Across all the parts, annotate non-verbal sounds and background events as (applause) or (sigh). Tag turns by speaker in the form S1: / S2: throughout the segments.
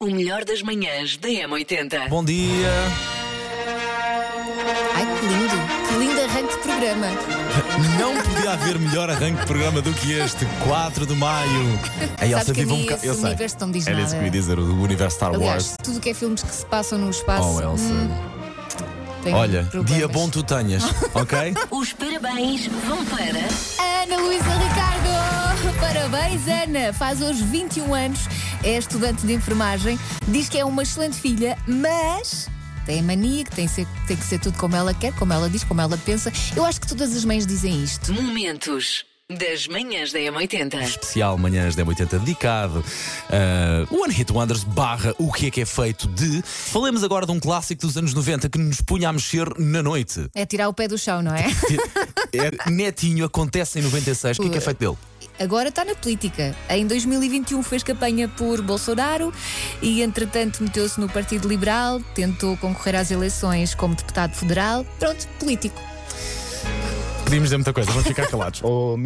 S1: O melhor das manhãs da M80.
S2: Bom dia.
S3: Ai, que lindo! Que lindo arranque de programa.
S2: Não podia haver melhor arranque de programa do que este 4 de
S3: (laughs)
S2: maio. A
S3: Sabe que a
S2: teve
S3: mim
S2: boca-
S3: esse
S2: um Eu sei.
S3: universo não me diz
S2: Era
S3: nada.
S2: isso que eu ia dizer, o do universo Star
S3: Aliás,
S2: Wars.
S3: tudo que é filmes que se passam no espaço.
S2: Oh, Elsa.
S3: hum, tem
S2: Olha,
S3: problemas.
S2: dia bom tu
S3: (laughs)
S2: tenhas, ok?
S1: Os parabéns vão para.
S3: Ana Luísa Ricardo! (laughs) Parabéns, Ana! Faz hoje 21 anos, é estudante de enfermagem, diz que é uma excelente filha, mas. Tem a mania que tem, que ser- tem que ser tudo como ela quer, como ela diz, como ela pensa. Eu acho que todas as mães dizem isto.
S1: Momentos das manhãs da M80.
S2: Especial Manhãs da 80 dedicado. ah, One Hit Wonders barra o que é que é feito de. Falemos agora de um clássico dos anos 90 que nos punha a mexer na
S3: (laughs)
S2: noite.
S3: É tirar o pé do chão, não é?
S2: É, netinho, acontece em 96. O que é que é
S3: Uh.
S2: feito dele?
S3: agora está na política. Em 2021 fez campanha por Bolsonaro e, entretanto, meteu-se no Partido Liberal, tentou concorrer às eleições como deputado federal. Pronto, político.
S2: Podíamos dizer muita coisa, vamos ficar calados.
S4: Oh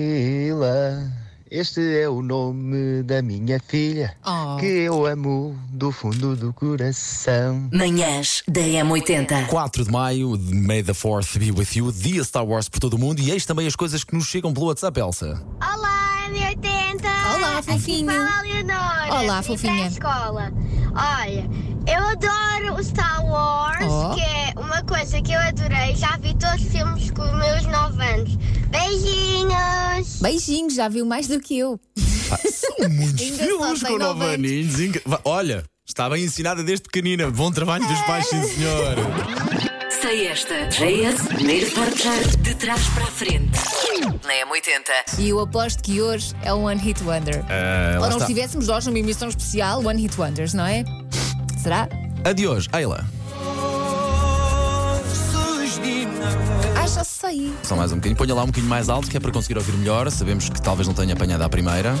S4: Mila, este é o nome da minha filha
S3: Oh.
S4: que eu amo do fundo do coração.
S1: Manhãs da M80.
S2: 4 de maio, May the 4th be with you, dia Star Wars por todo o mundo e eis também as coisas que nos chegam pelo WhatsApp, Elsa.
S5: Olá, M80!
S3: Olá, fofinho.
S5: Aqui fala a Leonora.
S3: Olá,
S5: de
S3: fofinha.
S5: pré-escola. Olha, eu adoro o Star Wars,
S3: Oh.
S5: que é uma coisa que eu adorei. Já vi todos os filmes com os meus 9 anos. Beijinhos!
S3: Beijinhos, já viu mais do que eu.
S2: São muitos
S3: Ainda
S2: filmes
S3: só
S2: com
S3: tem nove
S2: 9
S3: anos.
S2: aninhos. Inca- Va- Olha, está bem ensinada desde pequenina. Bom trabalho dos pais, sim senhor. (laughs)
S1: Sei esta. JS, primeiro forjar de trás para a frente. Na M80.
S3: E eu aposto que hoje é um One Hit Wonder.
S2: Ah, lá
S3: Ou não
S2: está.
S3: estivéssemos nós numa emissão especial One Hit Wonders, não é? Será?
S2: A de hoje, Ayla.
S3: Ah, já sei.
S2: Só mais um bocadinho. Ponha lá um bocadinho mais alto, que é para conseguir ouvir melhor. Sabemos que talvez não tenha apanhado a primeira.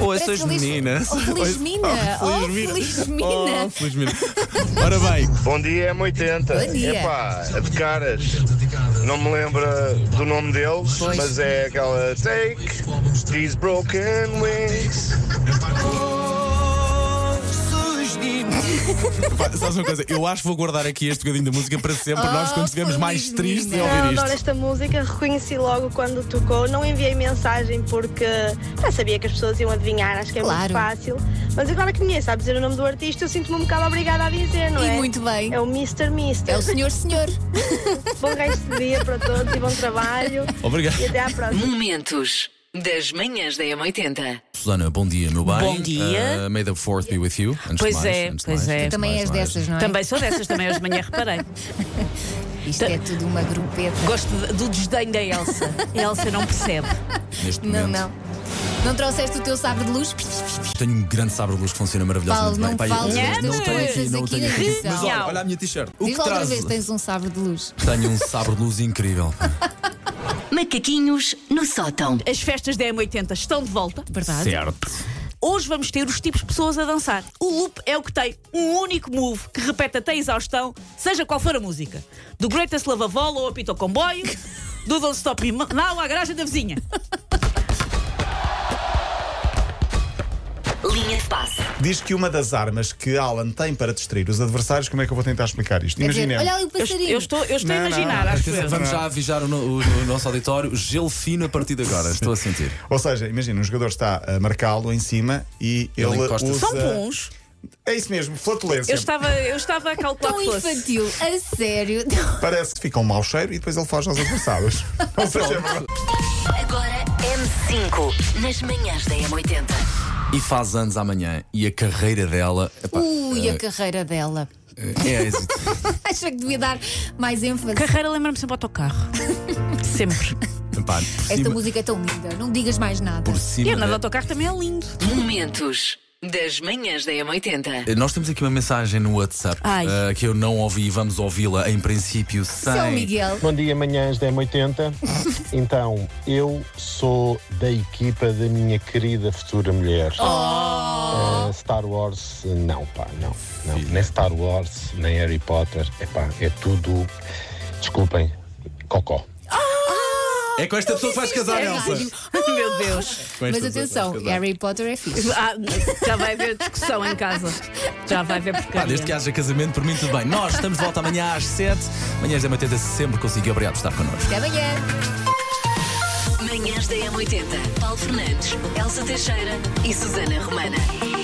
S2: Oi,
S3: Parece
S2: essas
S3: feliz-
S2: meninas.
S3: Oh, feliz
S2: Oi-
S3: mina. Oh, feliz mina.
S2: Oh, feliz mina. Ora bem,
S6: Bom dia, M80.
S2: É,
S3: Bom dia.
S6: Epá, Ah, é de caras. Não me lembro do nome deles,
S3: Pois.
S6: mas é aquela Take These Broken Wings.
S2: Pá, sabes uma coisa? Eu acho que vou guardar aqui este bocadinho da música para sempre.
S3: Oh,
S2: nós, quando estivermos mais
S3: feliz
S2: tristes em
S3: menina.
S7: Eu
S2: ouvir
S7: adoro
S2: isto.
S7: esta música, reconheci logo quando tocou. Não enviei mensagem porque já sabia que as pessoas iam adivinhar, acho que é
S3: Claro.
S7: muito fácil. Mas agora que ninguém sabe dizer o nome do artista, eu sinto-me um bocado obrigada a dizer, não
S3: E
S7: é?
S3: muito bem.
S7: É o Mr. Mister.
S3: É o senhor, senhor.
S7: Bom resto de dia para todos e bom trabalho.
S2: Obrigado.
S7: E até à próxima.
S1: Momentos das manhãs da M80.
S2: Susana, bom dia, meu bem.
S8: Bom dia.
S2: Uh, may the fourth be with you. Antes
S8: Pois
S2: de mais,
S8: é,
S2: antes de
S8: pois
S2: mais,
S8: é.
S2: antes de
S3: Também
S2: mais,
S3: és
S2: antes de mais.
S3: dessas, não é?
S8: Também sou dessas, também hoje de manhã reparei.
S3: Isto é tudo uma grupeta.
S8: (laughs) Gosto de- do desdém da Elsa. A (laughs) Elsa não percebe.
S2: Neste
S3: é? Não,
S2: momento,
S3: não. Não trouxeste o teu sabre de luz?
S2: tenho um grande sabre de luz que funciona
S3: Paulo,
S2: maravilhosamente
S3: não
S2: bem. Pá, eu-
S3: fales
S2: eu
S3: destas
S2: não tenho aqui,
S3: coisas
S2: não
S3: aqui
S2: tenho
S3: na
S2: aqui. Mas
S3: edição.
S2: olha, olha a minha t-shirt. O
S3: Diz
S2: que
S3: lá outra
S2: traz?
S3: vez, tens um sabre de luz.
S2: Tenho um sabre de luz incrível.
S1: Macaquinhos no sótão.
S8: As festas da M80 estão de volta.
S3: Verdade.
S2: certo.
S8: Hoje vamos ter os tipos de pessoas a dançar. O loop é o que tem um único move que repete até a exaustão, seja qual for a música. Do Greatest Love of All ao apito ao comboio, (laughs) do Don't Stop Me Now à garagem da vizinha.
S1: Linha de passe.
S9: Diz que uma das armas que Alan tem para distrair os adversários, como é que eu vou tentar explicar isto?
S3: Quer dizer,
S9: Imaginemos.
S3: olha ali o
S8: Eu, est-
S3: passarinho.
S8: eu estou, eu estou a
S9: Não, não,
S8: imaginar,
S9: não.
S8: acho
S2: Atenção,
S8: eu.
S2: vamos já avisar o, no- o- o nosso auditório. Gelo fino a partir de agora. Estou a sentir.
S9: Ou seja, imagina, um jogador está a marcá-lo em cima e
S2: Ele
S9: ele,
S2: encosta-se.
S9: usa...
S8: São
S3: um
S8: bons.
S9: É isso mesmo,
S8: Eu
S9: flatulência.
S8: estava, eu estava a calcular
S3: Tão
S8: que fosse.
S3: infantil, a sério. (laughs)
S9: Parece que fica um mau cheiro e depois ele foge aos
S2: (laughs)
S9: adversários. Ou seja,
S1: Agora M5 nas manhãs da M80.
S2: E faz anos amanhã. E a carreira dela. epá,
S3: Ui, a
S2: eh,
S3: carreira dela. (laughs)
S2: é êxito.
S3: Acho que devia dar mais ênfase.
S8: Carreira lembra-me sempre (laughs) autocarro. sempre.
S2: Epá, por
S3: Esta
S2: cima-
S3: música é tão linda, não digas mais nada.
S2: por
S8: E
S2: cima
S8: andar de
S2: da-
S8: autocarro também é lindo.
S1: Momentos das manhãs da M80.
S2: Nós temos aqui uma mensagem no WhatsApp
S8: Ai.
S2: eh, que eu não ouvi e vamos ouvi-la em princípio sem.
S3: São é um Miguel.
S4: Bom dia, manhãs da M80. Então, eu sou da equipa da minha querida futura mulher. Eh, Star Wars, não, pá, não, não. Nem Star Wars, nem Harry Potter. Epá, é tudo. Desculpem, cocó.
S2: É com esta pessoa que vais casar,
S3: É
S2: Elsa.
S3: rádio. Meu Deus.
S2: Com esta pessoa que
S3: Mas
S2: vais
S3: atenção,
S2: casar.
S3: Harry Potter é fixe.
S8: Ah, já vai haver discussão em casa. Já vai haver
S2: Pá,
S8: porcaria.
S2: desde que haja casamento, por mim tudo bem. Nós estamos de volta amanhã às 7. Manhãs da Mateta sempre consegui. Obrigado por estar connosco.
S3: Até amanhã.
S1: Manhãs da M80. Paulo Fernandes, Elsa Teixeira e Susana Romana.